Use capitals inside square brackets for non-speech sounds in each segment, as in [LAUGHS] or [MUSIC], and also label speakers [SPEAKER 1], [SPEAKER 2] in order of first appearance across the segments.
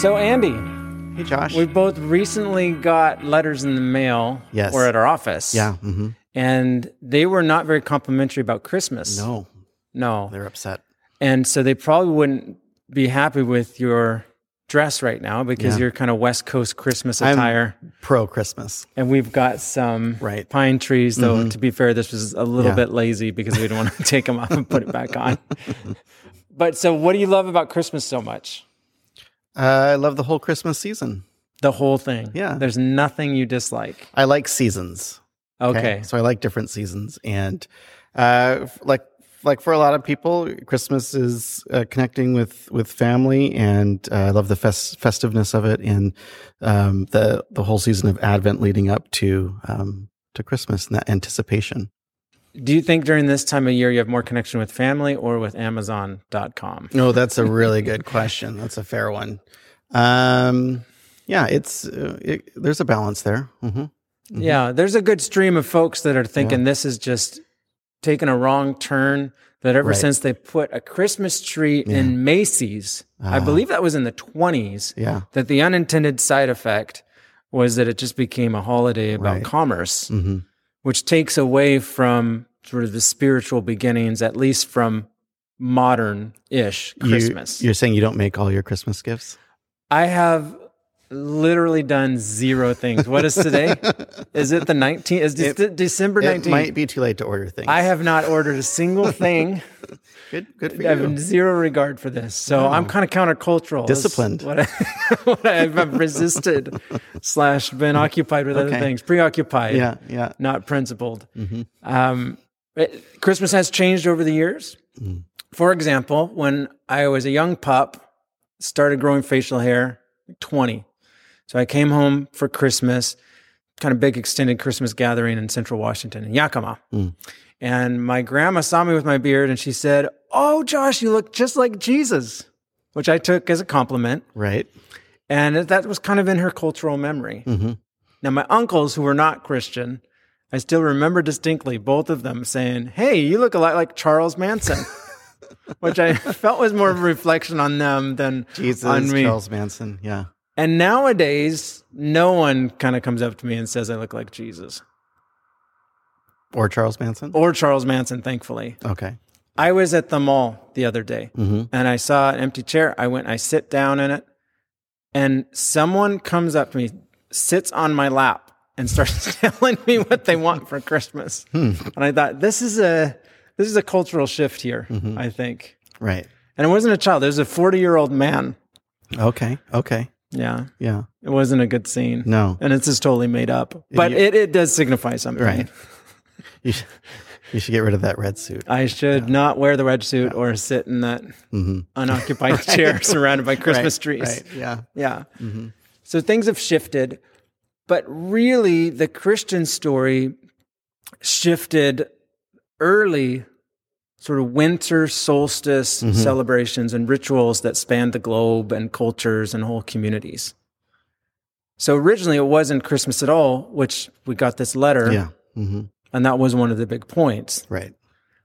[SPEAKER 1] So, Andy,
[SPEAKER 2] Hey, Josh.
[SPEAKER 1] we both recently got letters in the mail
[SPEAKER 2] Yes.
[SPEAKER 1] or at our office.
[SPEAKER 2] yeah. hmm
[SPEAKER 1] And they were not very complimentary about Christmas.
[SPEAKER 2] No,
[SPEAKER 1] No.
[SPEAKER 2] they're upset.
[SPEAKER 1] And so they probably wouldn't be happy with your dress right now because
[SPEAKER 2] Yeah.
[SPEAKER 1] you're kind of West Coast Christmas
[SPEAKER 2] I'm-
[SPEAKER 1] attire.
[SPEAKER 2] Pro Christmas.
[SPEAKER 1] and we've got some
[SPEAKER 2] Right. Mm-hmm.
[SPEAKER 1] pine trees, though, to be fair, this was a little
[SPEAKER 2] Yeah.
[SPEAKER 1] bit lazy because we didn't want to [LAUGHS] take them off and put it back
[SPEAKER 2] [LAUGHS]
[SPEAKER 1] on. but so, what do you love about Christmas so much?
[SPEAKER 2] Uh, I love the whole Christmas season.
[SPEAKER 1] The whole thing.
[SPEAKER 2] Yeah.
[SPEAKER 1] There's nothing you dislike.
[SPEAKER 2] I like seasons.
[SPEAKER 1] Okay.
[SPEAKER 2] So I like different seasons, and uh, f- like like for a lot of people, Christmas is uh, connecting with with family, and uh, I love the fest- festiveness of it, and um, the the whole season of Advent leading up to um, to Christmas and that anticipation.
[SPEAKER 1] Do you think during this time of year you have more connection with family or with Amazon.com?
[SPEAKER 2] No, Oh, that's a really good question. That's a fair one. Um, yeah, it's uh, it, there's a balance there. hmm
[SPEAKER 1] Yeah. There's a good stream of folks that are thinking this is just taking a wrong turn. That ever
[SPEAKER 2] Right.
[SPEAKER 1] since they put a Christmas tree in Macy's, I believe that was in the 20s.
[SPEAKER 2] Ah. Yeah.
[SPEAKER 1] that the unintended side effect was that it just became a holiday about
[SPEAKER 2] Right.
[SPEAKER 1] commerce,
[SPEAKER 2] hmm
[SPEAKER 1] which takes away from sort of the spiritual beginnings, at least from modern ish Christmas.
[SPEAKER 2] You, you're saying you don't make all your Christmas gifts?
[SPEAKER 1] I have literally done zero things. What is
[SPEAKER 2] [LAUGHS]
[SPEAKER 1] today? is it the 19th? Is it, December
[SPEAKER 2] It
[SPEAKER 1] 19th?
[SPEAKER 2] might be too late to order things.
[SPEAKER 1] I have not ordered a single
[SPEAKER 2] [LAUGHS]
[SPEAKER 1] thing.
[SPEAKER 2] good, good for
[SPEAKER 1] I have
[SPEAKER 2] you.
[SPEAKER 1] zero regard for this. So I'm kind of countercultural. This is
[SPEAKER 2] Disciplined.
[SPEAKER 1] What, I, [LAUGHS] what I've resisted slash been occupied with other
[SPEAKER 2] Okay.
[SPEAKER 1] things, preoccupied,
[SPEAKER 2] Yeah, yeah.
[SPEAKER 1] not principled. Um, it- Christmas has changed over the years. For example, when I was a young pup, started growing facial hair, 20. So I came home for Christmas, kind of big extended Christmas gathering in central Washington, in Yakima. And my grandma saw me with my beard and she said, Oh, Josh, you look just like Jesus, which I took as a compliment.
[SPEAKER 2] Right.
[SPEAKER 1] And that was kind of in her cultural memory.
[SPEAKER 2] Mhm.
[SPEAKER 1] Now, my uncles, who were not Christian, I still remember distinctly both of them saying, Hey, you look a lot like Charles Manson, which I felt was more of a reflection on them than
[SPEAKER 2] Jesus,
[SPEAKER 1] on me.
[SPEAKER 2] Charles Manson. Yeah.
[SPEAKER 1] And nowadays, no one kind of comes up to me and says I look like Jesus
[SPEAKER 2] Or Charles Manson.
[SPEAKER 1] or Charles Manson, thankfully.
[SPEAKER 2] Okay.
[SPEAKER 1] I was at the mall the other day
[SPEAKER 2] Mhm.
[SPEAKER 1] and I saw an empty chair. I went, I sit down in it, and someone comes up to me, sits on my lap, and starts [LAUGHS] telling me what they want for Christmas.
[SPEAKER 2] Hmm.
[SPEAKER 1] And I thought, this is a this is a cultural shift here,
[SPEAKER 2] Mm-hmm.
[SPEAKER 1] I think.
[SPEAKER 2] Right.
[SPEAKER 1] And it wasn't a child, it was a 40 year old man.
[SPEAKER 2] Okay. Okay.
[SPEAKER 1] Yeah.
[SPEAKER 2] Yeah.
[SPEAKER 1] It wasn't a good scene.
[SPEAKER 2] No.
[SPEAKER 1] And it's just totally made up. But
[SPEAKER 2] you-
[SPEAKER 1] it, it does signify something. [LAUGHS]
[SPEAKER 2] Right. You should, you should get rid of that red suit.
[SPEAKER 1] I should not wear the red suit or sit in that
[SPEAKER 2] [LAUGHS]
[SPEAKER 1] unoccupied chair surrounded by Christmas
[SPEAKER 2] Mm-hmm. Right,
[SPEAKER 1] trees.
[SPEAKER 2] Right. Yeah. Mm-hmm.
[SPEAKER 1] Yeah. So things have shifted, but really the Christian story shifted early, sort of winter solstice celebrations and rituals that spanned the globe and cultures and whole communities. So originally it wasn't Christmas at all, which we got this letter,
[SPEAKER 2] Yeah. hmm
[SPEAKER 1] and that was one of the big points.
[SPEAKER 2] Right.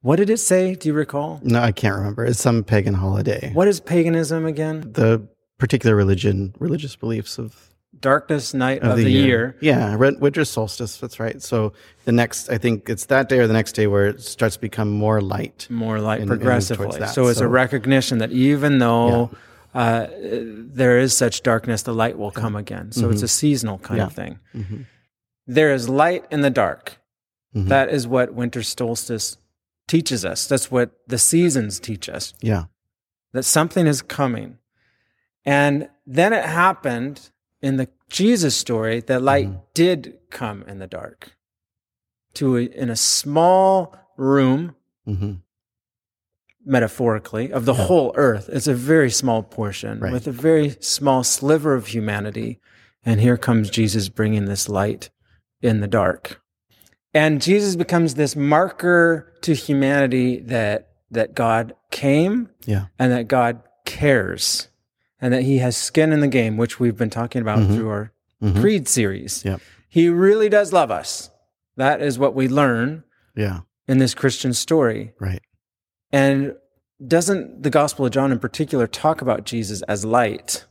[SPEAKER 1] What did it say? Do you recall?
[SPEAKER 2] No, I can't remember. It's some pagan holiday.
[SPEAKER 1] What is paganism again?
[SPEAKER 2] The particular religion, religious beliefs of
[SPEAKER 1] Darkness, night of, the, year.
[SPEAKER 2] Yeah, red, winter solstice. That's right. So the next, I think it's that day or the next day where it starts to become more light.
[SPEAKER 1] more like
[SPEAKER 2] and move towards
[SPEAKER 1] progressively.
[SPEAKER 2] that.
[SPEAKER 1] So it's a
[SPEAKER 2] So-
[SPEAKER 1] recognition that even though uh, there is such darkness, the light will come again. So
[SPEAKER 2] Mm-hmm.
[SPEAKER 1] it's a seasonal kind of thing. There is light in the dark.
[SPEAKER 2] Mm-hmm.
[SPEAKER 1] That is what winter solstice teaches us. That's what the seasons teach us
[SPEAKER 2] Yeah.
[SPEAKER 1] that something is coming. And then it happened in the Jesus story that light
[SPEAKER 2] Mm-hmm.
[SPEAKER 1] did come in the dark to a, in a small room
[SPEAKER 2] hmm
[SPEAKER 1] metaphorically of the whole earth it's a very small portion
[SPEAKER 2] Right.
[SPEAKER 1] with a very small sliver of humanity and here comes jesus bringing this light in the dark and jesus becomes this marker to humanity that that god came
[SPEAKER 2] Yeah.
[SPEAKER 1] and that god cares and that he has skin in the game which we've been talking about through our
[SPEAKER 2] Mm-hmm.
[SPEAKER 1] creed series
[SPEAKER 2] Yep.
[SPEAKER 1] he really does love us that is what we learn
[SPEAKER 2] Yeah.
[SPEAKER 1] in this christian story
[SPEAKER 2] Right.
[SPEAKER 1] and doesn't the Gospel of John in particular talk about Jesus as light?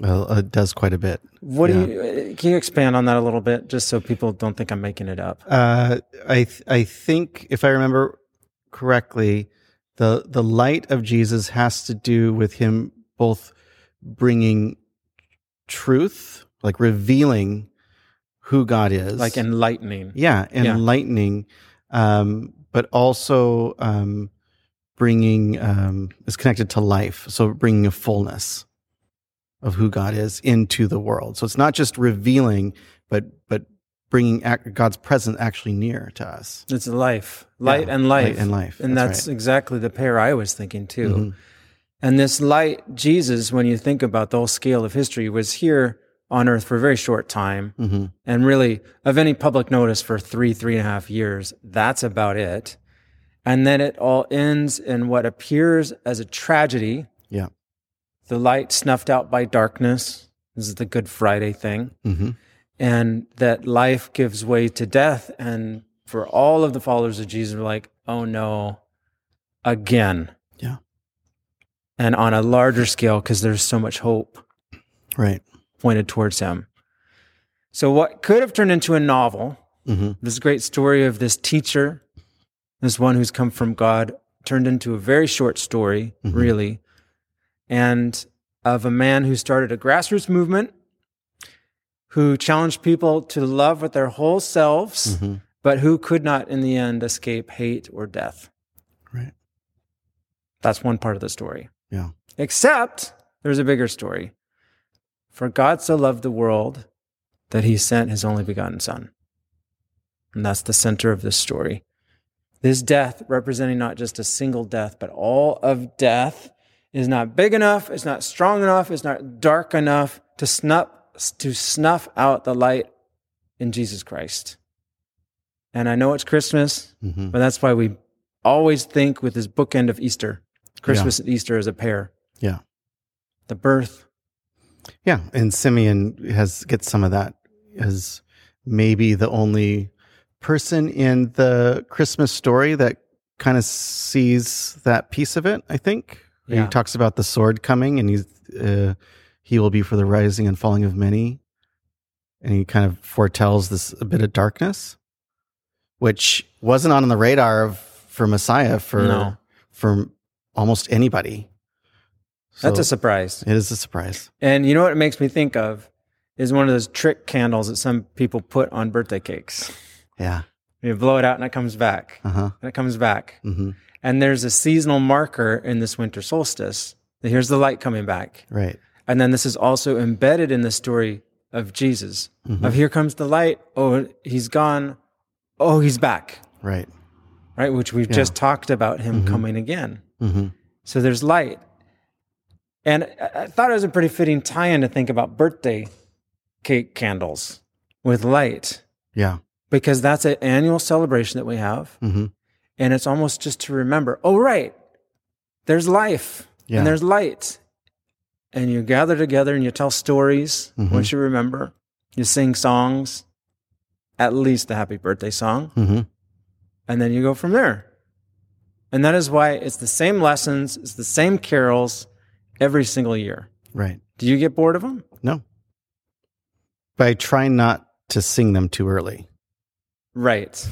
[SPEAKER 2] Well, it does quite a bit.
[SPEAKER 1] What do you? uh, Can you expand on that a little bit, just so people don't think I'm making it up?
[SPEAKER 2] Uh, I th- I think if I remember correctly, the the light of Jesus has to do with him both bringing truth, like revealing who God is,
[SPEAKER 1] Like enlightening.
[SPEAKER 2] yeah,
[SPEAKER 1] Yeah.
[SPEAKER 2] enlightening, Um, but also um, bringing um, is connected to life, so bringing a fullness of who God is into the world. So it's not just revealing, but but bringing ac- God's presence actually near to us.
[SPEAKER 1] It's life, light
[SPEAKER 2] Yeah,
[SPEAKER 1] and life,
[SPEAKER 2] light and life.
[SPEAKER 1] and that's,
[SPEAKER 2] That's Mm-hmm.
[SPEAKER 1] exactly the pair I was thinking too. And this light, Jesus, when you think about the whole scale of history, was here on Earth for a very short time,
[SPEAKER 2] Mhm.
[SPEAKER 1] and really of any public notice for three, three and a half years. That's about it. And then it all ends in what appears as a tragedy.
[SPEAKER 2] Yeah.
[SPEAKER 1] The light snuffed out by darkness. This is the Good Friday thing
[SPEAKER 2] hmm
[SPEAKER 1] and that life gives way to death. And for all of the followers of Jesus, we're like, oh no, again.
[SPEAKER 2] Yeah.
[SPEAKER 1] And on a larger scale, because there's so much hope
[SPEAKER 2] Right.
[SPEAKER 1] pointed towards him. So, what could have turned into a novel,
[SPEAKER 2] hmm
[SPEAKER 1] this great story of this teacher, this one who's come from God, turned into a very short story,
[SPEAKER 2] Mhm.
[SPEAKER 1] really, and of a man who started a grassroots movement who challenged people to love with their whole selves,
[SPEAKER 2] hmm
[SPEAKER 1] but who could not, in the end, escape hate or death.
[SPEAKER 2] Right.
[SPEAKER 1] That's one part of the story.
[SPEAKER 2] Yeah.
[SPEAKER 1] Except there's a bigger story. For God so loved the world that he sent his only begotten Son. And that's the center of this story. This death, representing not just a single death, but all of death, is not big enough, it's not strong enough, it's not dark enough to snuff, to snuff out the light in Jesus Christ. And I know it's Christmas,
[SPEAKER 2] hmm
[SPEAKER 1] but Mm-hmm. that's why we always think with this bookend of Easter, Christmas and Easter as a pair.
[SPEAKER 2] Yeah.
[SPEAKER 1] The birth.
[SPEAKER 2] Yeah, and Simeon has gets some of that as maybe the only person in the Christmas story that kind of sees that piece of it. I think
[SPEAKER 1] Yeah.
[SPEAKER 2] he talks about the sword coming, and he's uh, he will be for the rising and falling of many, and he kind of foretells this a bit of darkness, which wasn't on the radar of for Messiah for
[SPEAKER 1] No.
[SPEAKER 2] for almost anybody.
[SPEAKER 1] That's
[SPEAKER 2] So
[SPEAKER 1] a surprise.
[SPEAKER 2] it is a surprise.
[SPEAKER 1] And you know what it makes me think of is one of those trick candles that some people put on birthday cakes.
[SPEAKER 2] Yeah.
[SPEAKER 1] You blow it out and it comes back.
[SPEAKER 2] Uh huh.
[SPEAKER 1] And it comes back.
[SPEAKER 2] Mm-hmm.
[SPEAKER 1] And there's a seasonal marker in this winter solstice. Here's the light coming back.
[SPEAKER 2] Right.
[SPEAKER 1] And then this is also embedded in the story of Jesus.
[SPEAKER 2] Mm-hmm.
[SPEAKER 1] Of here comes the light. Oh, he's gone. Oh, he's back.
[SPEAKER 2] Right.
[SPEAKER 1] right? Which we've just talked about him coming again.
[SPEAKER 2] Mm-hmm.
[SPEAKER 1] So there's light. And I- I thought it was a pretty fitting tie in to think about birthday cake candles with light,
[SPEAKER 2] Yeah.
[SPEAKER 1] because that's an annual celebration that we have.
[SPEAKER 2] Mm-hmm.
[SPEAKER 1] And it's almost just to remember oh, right, there's life
[SPEAKER 2] Yeah.
[SPEAKER 1] and there's light. And you gather together and you tell stories,
[SPEAKER 2] Mhm.
[SPEAKER 1] once you remember, you sing songs, at least the happy birthday song
[SPEAKER 2] Mm-hmm.
[SPEAKER 1] and then you go from there. And that is why it's the same lessons, it's the same carols every single year.
[SPEAKER 2] Right.
[SPEAKER 1] Do you get bored of them?
[SPEAKER 2] No. But I try not to sing them too early.
[SPEAKER 1] Right.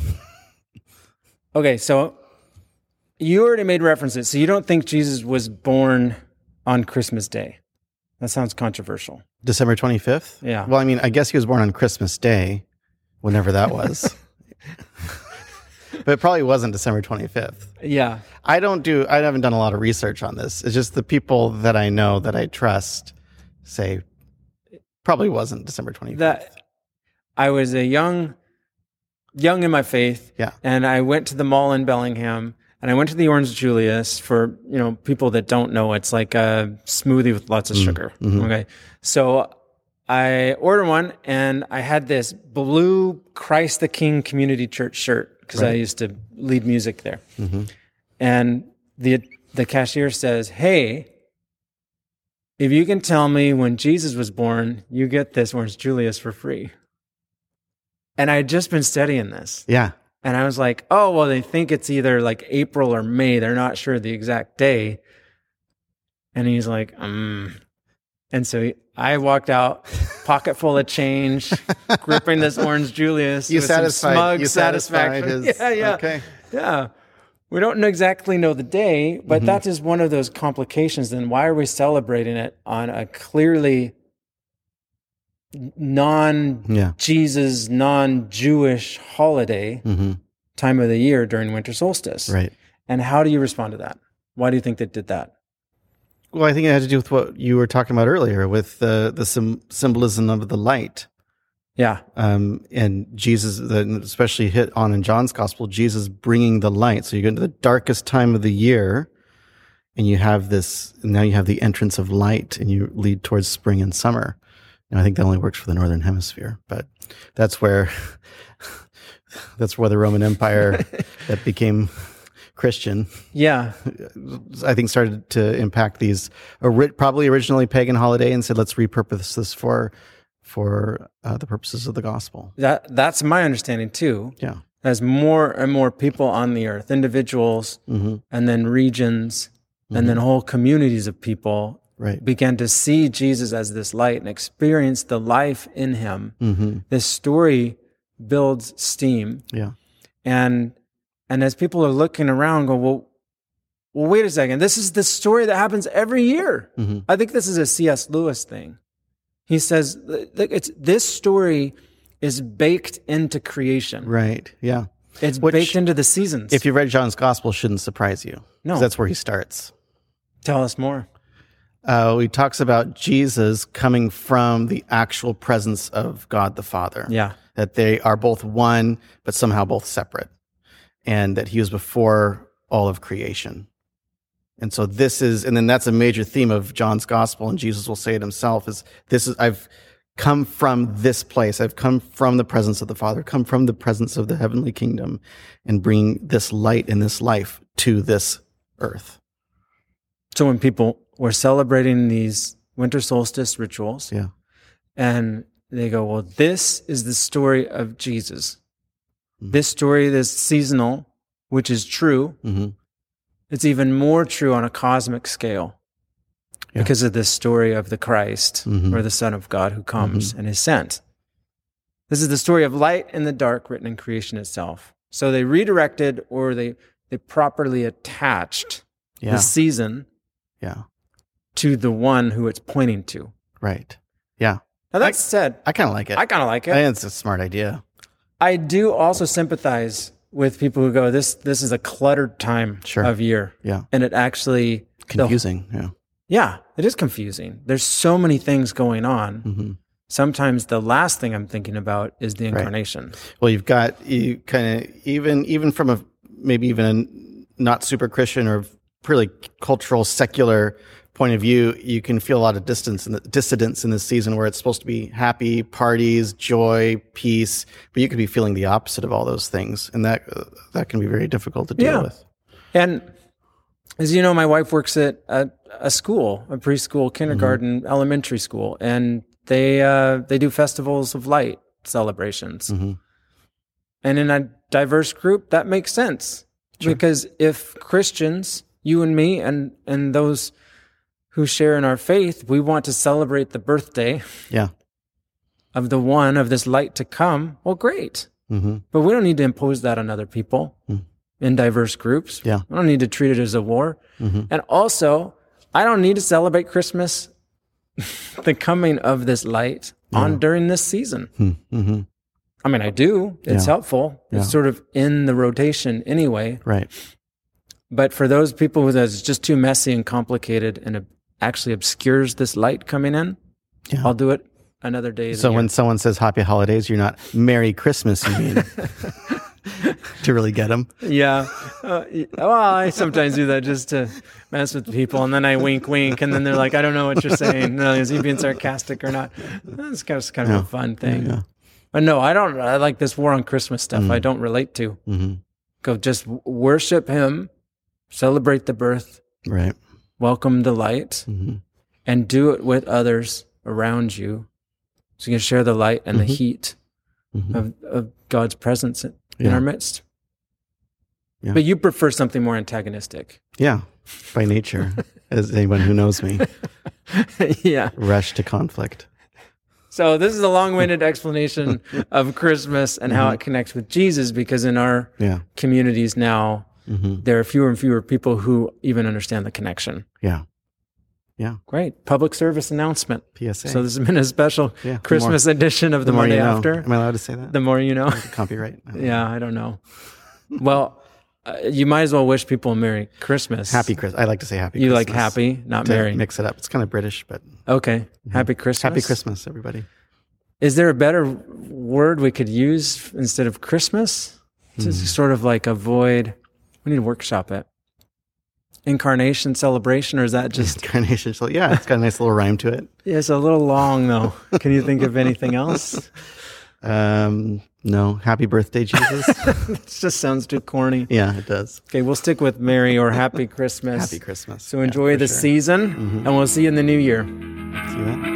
[SPEAKER 1] [LAUGHS] okay, so you already made references. So you don't think Jesus was born on Christmas Day. That sounds controversial.
[SPEAKER 2] December 25th?
[SPEAKER 1] Yeah.
[SPEAKER 2] Well, I mean, I guess he was born on Christmas Day, whenever
[SPEAKER 1] [LAUGHS]
[SPEAKER 2] that was. but it probably wasn't December 25th.
[SPEAKER 1] Yeah.
[SPEAKER 2] I don't do, I haven't done a lot of research on this. It's just the people that I know that I trust say probably wasn't December 25th.
[SPEAKER 1] That I was a young young in my faith.
[SPEAKER 2] Yeah.
[SPEAKER 1] And I went to the mall in Bellingham and I went to the Orange Julius for, you know, people that don't know, it's like a smoothie with lots of sugar. Okay. So I ordered one and I had this blue Christ the King Community Church shirt because I used to lead music there. And the the cashier says, "Hey, if you can tell me when Jesus was born, you get this Orange Julius for free." And I had just been studying this.
[SPEAKER 2] yeah.
[SPEAKER 1] And I was like, oh, well, they think it's either like April or May. They're not sure the exact day. "Mm." And he's like, um. And so he, I walked out, pocket full of change,
[SPEAKER 2] [LAUGHS]
[SPEAKER 1] gripping this orange Julius.
[SPEAKER 2] You
[SPEAKER 1] with some
[SPEAKER 2] satisfied-
[SPEAKER 1] smug
[SPEAKER 2] you satisfied
[SPEAKER 1] satisfaction. [LAUGHS]
[SPEAKER 2] his-
[SPEAKER 1] yeah, yeah,
[SPEAKER 2] okay.
[SPEAKER 1] yeah. We don't know exactly know the day, but
[SPEAKER 2] Mm-hmm.
[SPEAKER 1] that is one of those complications. Then why are we celebrating it on a clearly non
[SPEAKER 2] Yeah.
[SPEAKER 1] Jesus, non Jewish holiday
[SPEAKER 2] hmm
[SPEAKER 1] time of the year during winter solstice?
[SPEAKER 2] Right.
[SPEAKER 1] And how do you respond to that? Why do you think they did that?
[SPEAKER 2] Well, I think it had to do with what you were talking about earlier with the the sym symbolism of the light.
[SPEAKER 1] Yeah,
[SPEAKER 2] Um, and Jesus, the, especially hit on in John's gospel, Jesus bringing the light. So you go into the darkest time of the year, and you have this. Now you have the entrance of light, and you lead towards spring and summer. And I think that only works for the northern hemisphere, but that's where [LAUGHS] that's where the Roman Empire that became Christian
[SPEAKER 1] yeah,
[SPEAKER 2] I think started to impact these ori- probably originally pagan holiday and said let's repurpose this for for uh, the purposes of the gospel.
[SPEAKER 1] that that's my understanding too.
[SPEAKER 2] Yeah.
[SPEAKER 1] as more and more people on the earth, individuals,
[SPEAKER 2] hmm
[SPEAKER 1] and then regions, and then whole communities of people
[SPEAKER 2] Right.
[SPEAKER 1] began to see Jesus as this light and experience the life in him.
[SPEAKER 2] hmm
[SPEAKER 1] This story builds steam.
[SPEAKER 2] Yeah.
[SPEAKER 1] And and as people are looking around, go, well, well, wait a second. This is the story that happens every year.
[SPEAKER 2] Mhm.
[SPEAKER 1] I think this is a C.S. Lewis thing. He says th- th- it's this story is baked into creation.
[SPEAKER 2] Right. Yeah.
[SPEAKER 1] It's
[SPEAKER 2] Which-
[SPEAKER 1] baked into the seasons.
[SPEAKER 2] If you've read John's gospel, it shouldn't surprise you. 'cause
[SPEAKER 1] No.
[SPEAKER 2] That's where he starts.
[SPEAKER 1] Tell us more.
[SPEAKER 2] Uh, he talks about Jesus coming from the actual presence of God the Father.
[SPEAKER 1] Yeah.
[SPEAKER 2] that they are both one, but somehow both separate, and that he was before all of creation. And so this is, and then that's a major theme of John's gospel, and Jesus will say it himself is this is, I've come from this place. I've come from the presence of the Father, come from the presence of the heavenly kingdom, and bring this light and this life to this earth.
[SPEAKER 1] So when people were celebrating these winter solstice rituals,
[SPEAKER 2] Yeah.
[SPEAKER 1] and they go, "Well, this is the story of Jesus.
[SPEAKER 2] Mhm.
[SPEAKER 1] This story is seasonal, which is true.
[SPEAKER 2] Mm-hmm.
[SPEAKER 1] It's even more true on a cosmic scale."
[SPEAKER 2] Yeah.
[SPEAKER 1] Because of this story of the Christ
[SPEAKER 2] Mhm.
[SPEAKER 1] or the Son of God who comes
[SPEAKER 2] Mm-hmm.
[SPEAKER 1] and is sent. This is the story of light and the dark written in creation itself. So they redirected or they, they properly attached
[SPEAKER 2] Yeah.
[SPEAKER 1] the season
[SPEAKER 2] Yeah.
[SPEAKER 1] to the one who it's pointing to.
[SPEAKER 2] Right. Yeah.
[SPEAKER 1] Now that said,
[SPEAKER 2] I kind of like it.
[SPEAKER 1] I kind of like
[SPEAKER 2] I
[SPEAKER 1] it.
[SPEAKER 2] think it's a smart idea.
[SPEAKER 1] I do also sympathize with people who go, "This this is a cluttered time
[SPEAKER 2] Sure.
[SPEAKER 1] of year,"
[SPEAKER 2] Yeah.
[SPEAKER 1] and it actually the-
[SPEAKER 2] Confusing. Yeah.
[SPEAKER 1] yeah, it is confusing. There's so many things going on.
[SPEAKER 2] Mm-hmm.
[SPEAKER 1] Sometimes the last thing I'm thinking about is the incarnation.
[SPEAKER 2] Well, you've got you kind of even even from a maybe even a not super Christian or purely cultural secular point of view, you can feel a lot of distance in the dissidence in this season where it's supposed to be happy parties, joy, peace, but you could be feeling the opposite of all those things, and that that can be very difficult to deal
[SPEAKER 1] Yeah.
[SPEAKER 2] with.
[SPEAKER 1] And as you know, my wife works at a, a school, a preschool, kindergarten, elementary school, and they uh, they do festivals of light celebrations.
[SPEAKER 2] Mhm.
[SPEAKER 1] And in a diverse group, that makes sense because if Christians, you and me, and and those who share in our faith, we want to celebrate the birthday [LAUGHS]
[SPEAKER 2] Yeah.
[SPEAKER 1] of the one of this light to come. Well, great.
[SPEAKER 2] hmm
[SPEAKER 1] But we don't need to impose that on other people in diverse groups.
[SPEAKER 2] Yeah. Mm-hmm.
[SPEAKER 1] We don't need to treat it as a war. And also, I don't need to celebrate Christmas, [LAUGHS] the coming of this light on during this season.
[SPEAKER 2] hmm
[SPEAKER 1] I mean, I do. It's helpful. It's
[SPEAKER 2] Yeah.
[SPEAKER 1] sort of in the rotation anyway.
[SPEAKER 2] Right.
[SPEAKER 1] But for those people who that's just too messy and complicated and it actually obscures this light coming in,
[SPEAKER 2] Yeah.
[SPEAKER 1] I'll do it another day. of the
[SPEAKER 2] So
[SPEAKER 1] year.
[SPEAKER 2] when someone says "Happy Holidays," you're not "Merry Christmas." You mean to really get them?
[SPEAKER 1] Yeah. Uh, y- well, I sometimes do that just to mess with people, and then I wink, wink, and then they're like, "I don't know what you're saying. No, is he being sarcastic or not?" That's kind of, kind of a fun thing. But no, I don't. I like this war on Christmas stuff. I don't relate to.
[SPEAKER 2] Mm-hmm.
[SPEAKER 1] Go just w- worship Him, celebrate the birth,
[SPEAKER 2] Right.
[SPEAKER 1] welcome the light,
[SPEAKER 2] Mm-hmm.
[SPEAKER 1] and do it with others around you, so you can share the light
[SPEAKER 2] Mm-hmm.
[SPEAKER 1] and the heat of, of God's presence in in
[SPEAKER 2] Yeah.
[SPEAKER 1] our midst.
[SPEAKER 2] Yeah.
[SPEAKER 1] But you prefer something more
[SPEAKER 2] [LAUGHS]
[SPEAKER 1] antagonistic.
[SPEAKER 2] Yeah,
[SPEAKER 1] [LAUGHS]
[SPEAKER 2] by nature, as anyone who knows me,
[SPEAKER 1] yeah.
[SPEAKER 2] rush to conflict.
[SPEAKER 1] So this is a long-winded
[SPEAKER 2] [LAUGHS]
[SPEAKER 1] explanation of Christmas and
[SPEAKER 2] Mm-hmm.
[SPEAKER 1] how it connects with Jesus because in our
[SPEAKER 2] Yeah,
[SPEAKER 1] communities now
[SPEAKER 2] hmm
[SPEAKER 1] there are fewer and fewer people who even understand the connection.
[SPEAKER 2] yeah.
[SPEAKER 1] Great. Public service announcement.
[SPEAKER 2] PSA.
[SPEAKER 1] So this has been a special
[SPEAKER 2] yeah, the
[SPEAKER 1] Christmas edition of
[SPEAKER 2] more-
[SPEAKER 1] the,
[SPEAKER 2] more
[SPEAKER 1] Monday
[SPEAKER 2] you know.
[SPEAKER 1] after.
[SPEAKER 2] Am I allowed to say that?
[SPEAKER 1] The more
[SPEAKER 2] [LAUGHS]
[SPEAKER 1] you know. [LAUGHS]
[SPEAKER 2] Copyright. I don't know.
[SPEAKER 1] yeah, I don't know. Well, uh, you might as well wish people a Merry Christmas.
[SPEAKER 2] Happy Christmas. I like to say happy.
[SPEAKER 1] You like
[SPEAKER 2] Christmas
[SPEAKER 1] happy, not
[SPEAKER 2] to
[SPEAKER 1] merry.
[SPEAKER 2] Mix it up. It's kind of British, but
[SPEAKER 1] okay. Happy Christmas.
[SPEAKER 2] Mm-hmm. happy Christmas, everybody.
[SPEAKER 1] Is there a better word we could use instead of Christmas? To
[SPEAKER 2] Mm-hmm.
[SPEAKER 1] sort of like avoid, we need to workshop it. Incarnation celebration, or is that [LAUGHS]
[SPEAKER 2] [LAUGHS]
[SPEAKER 1] just,
[SPEAKER 2] Incarnation. So yeah, it's got a nice little rhyme to it.
[SPEAKER 1] yeah, it's a little long though. Can you think of anything else?
[SPEAKER 2] Um, no, happy
[SPEAKER 1] [LAUGHS]
[SPEAKER 2] birthday, Jesus.
[SPEAKER 1] It just sounds too corny.
[SPEAKER 2] yeah, it does.
[SPEAKER 1] Okay, we'll stick with Merry
[SPEAKER 2] [LAUGHS]
[SPEAKER 1] or Happy Christmas.
[SPEAKER 2] Happy Christmas.
[SPEAKER 1] So
[SPEAKER 2] Yeah,
[SPEAKER 1] enjoy
[SPEAKER 2] for
[SPEAKER 1] the
[SPEAKER 2] sure. Mm-hmm.
[SPEAKER 1] season, and we'll see you in the new year.
[SPEAKER 2] See that?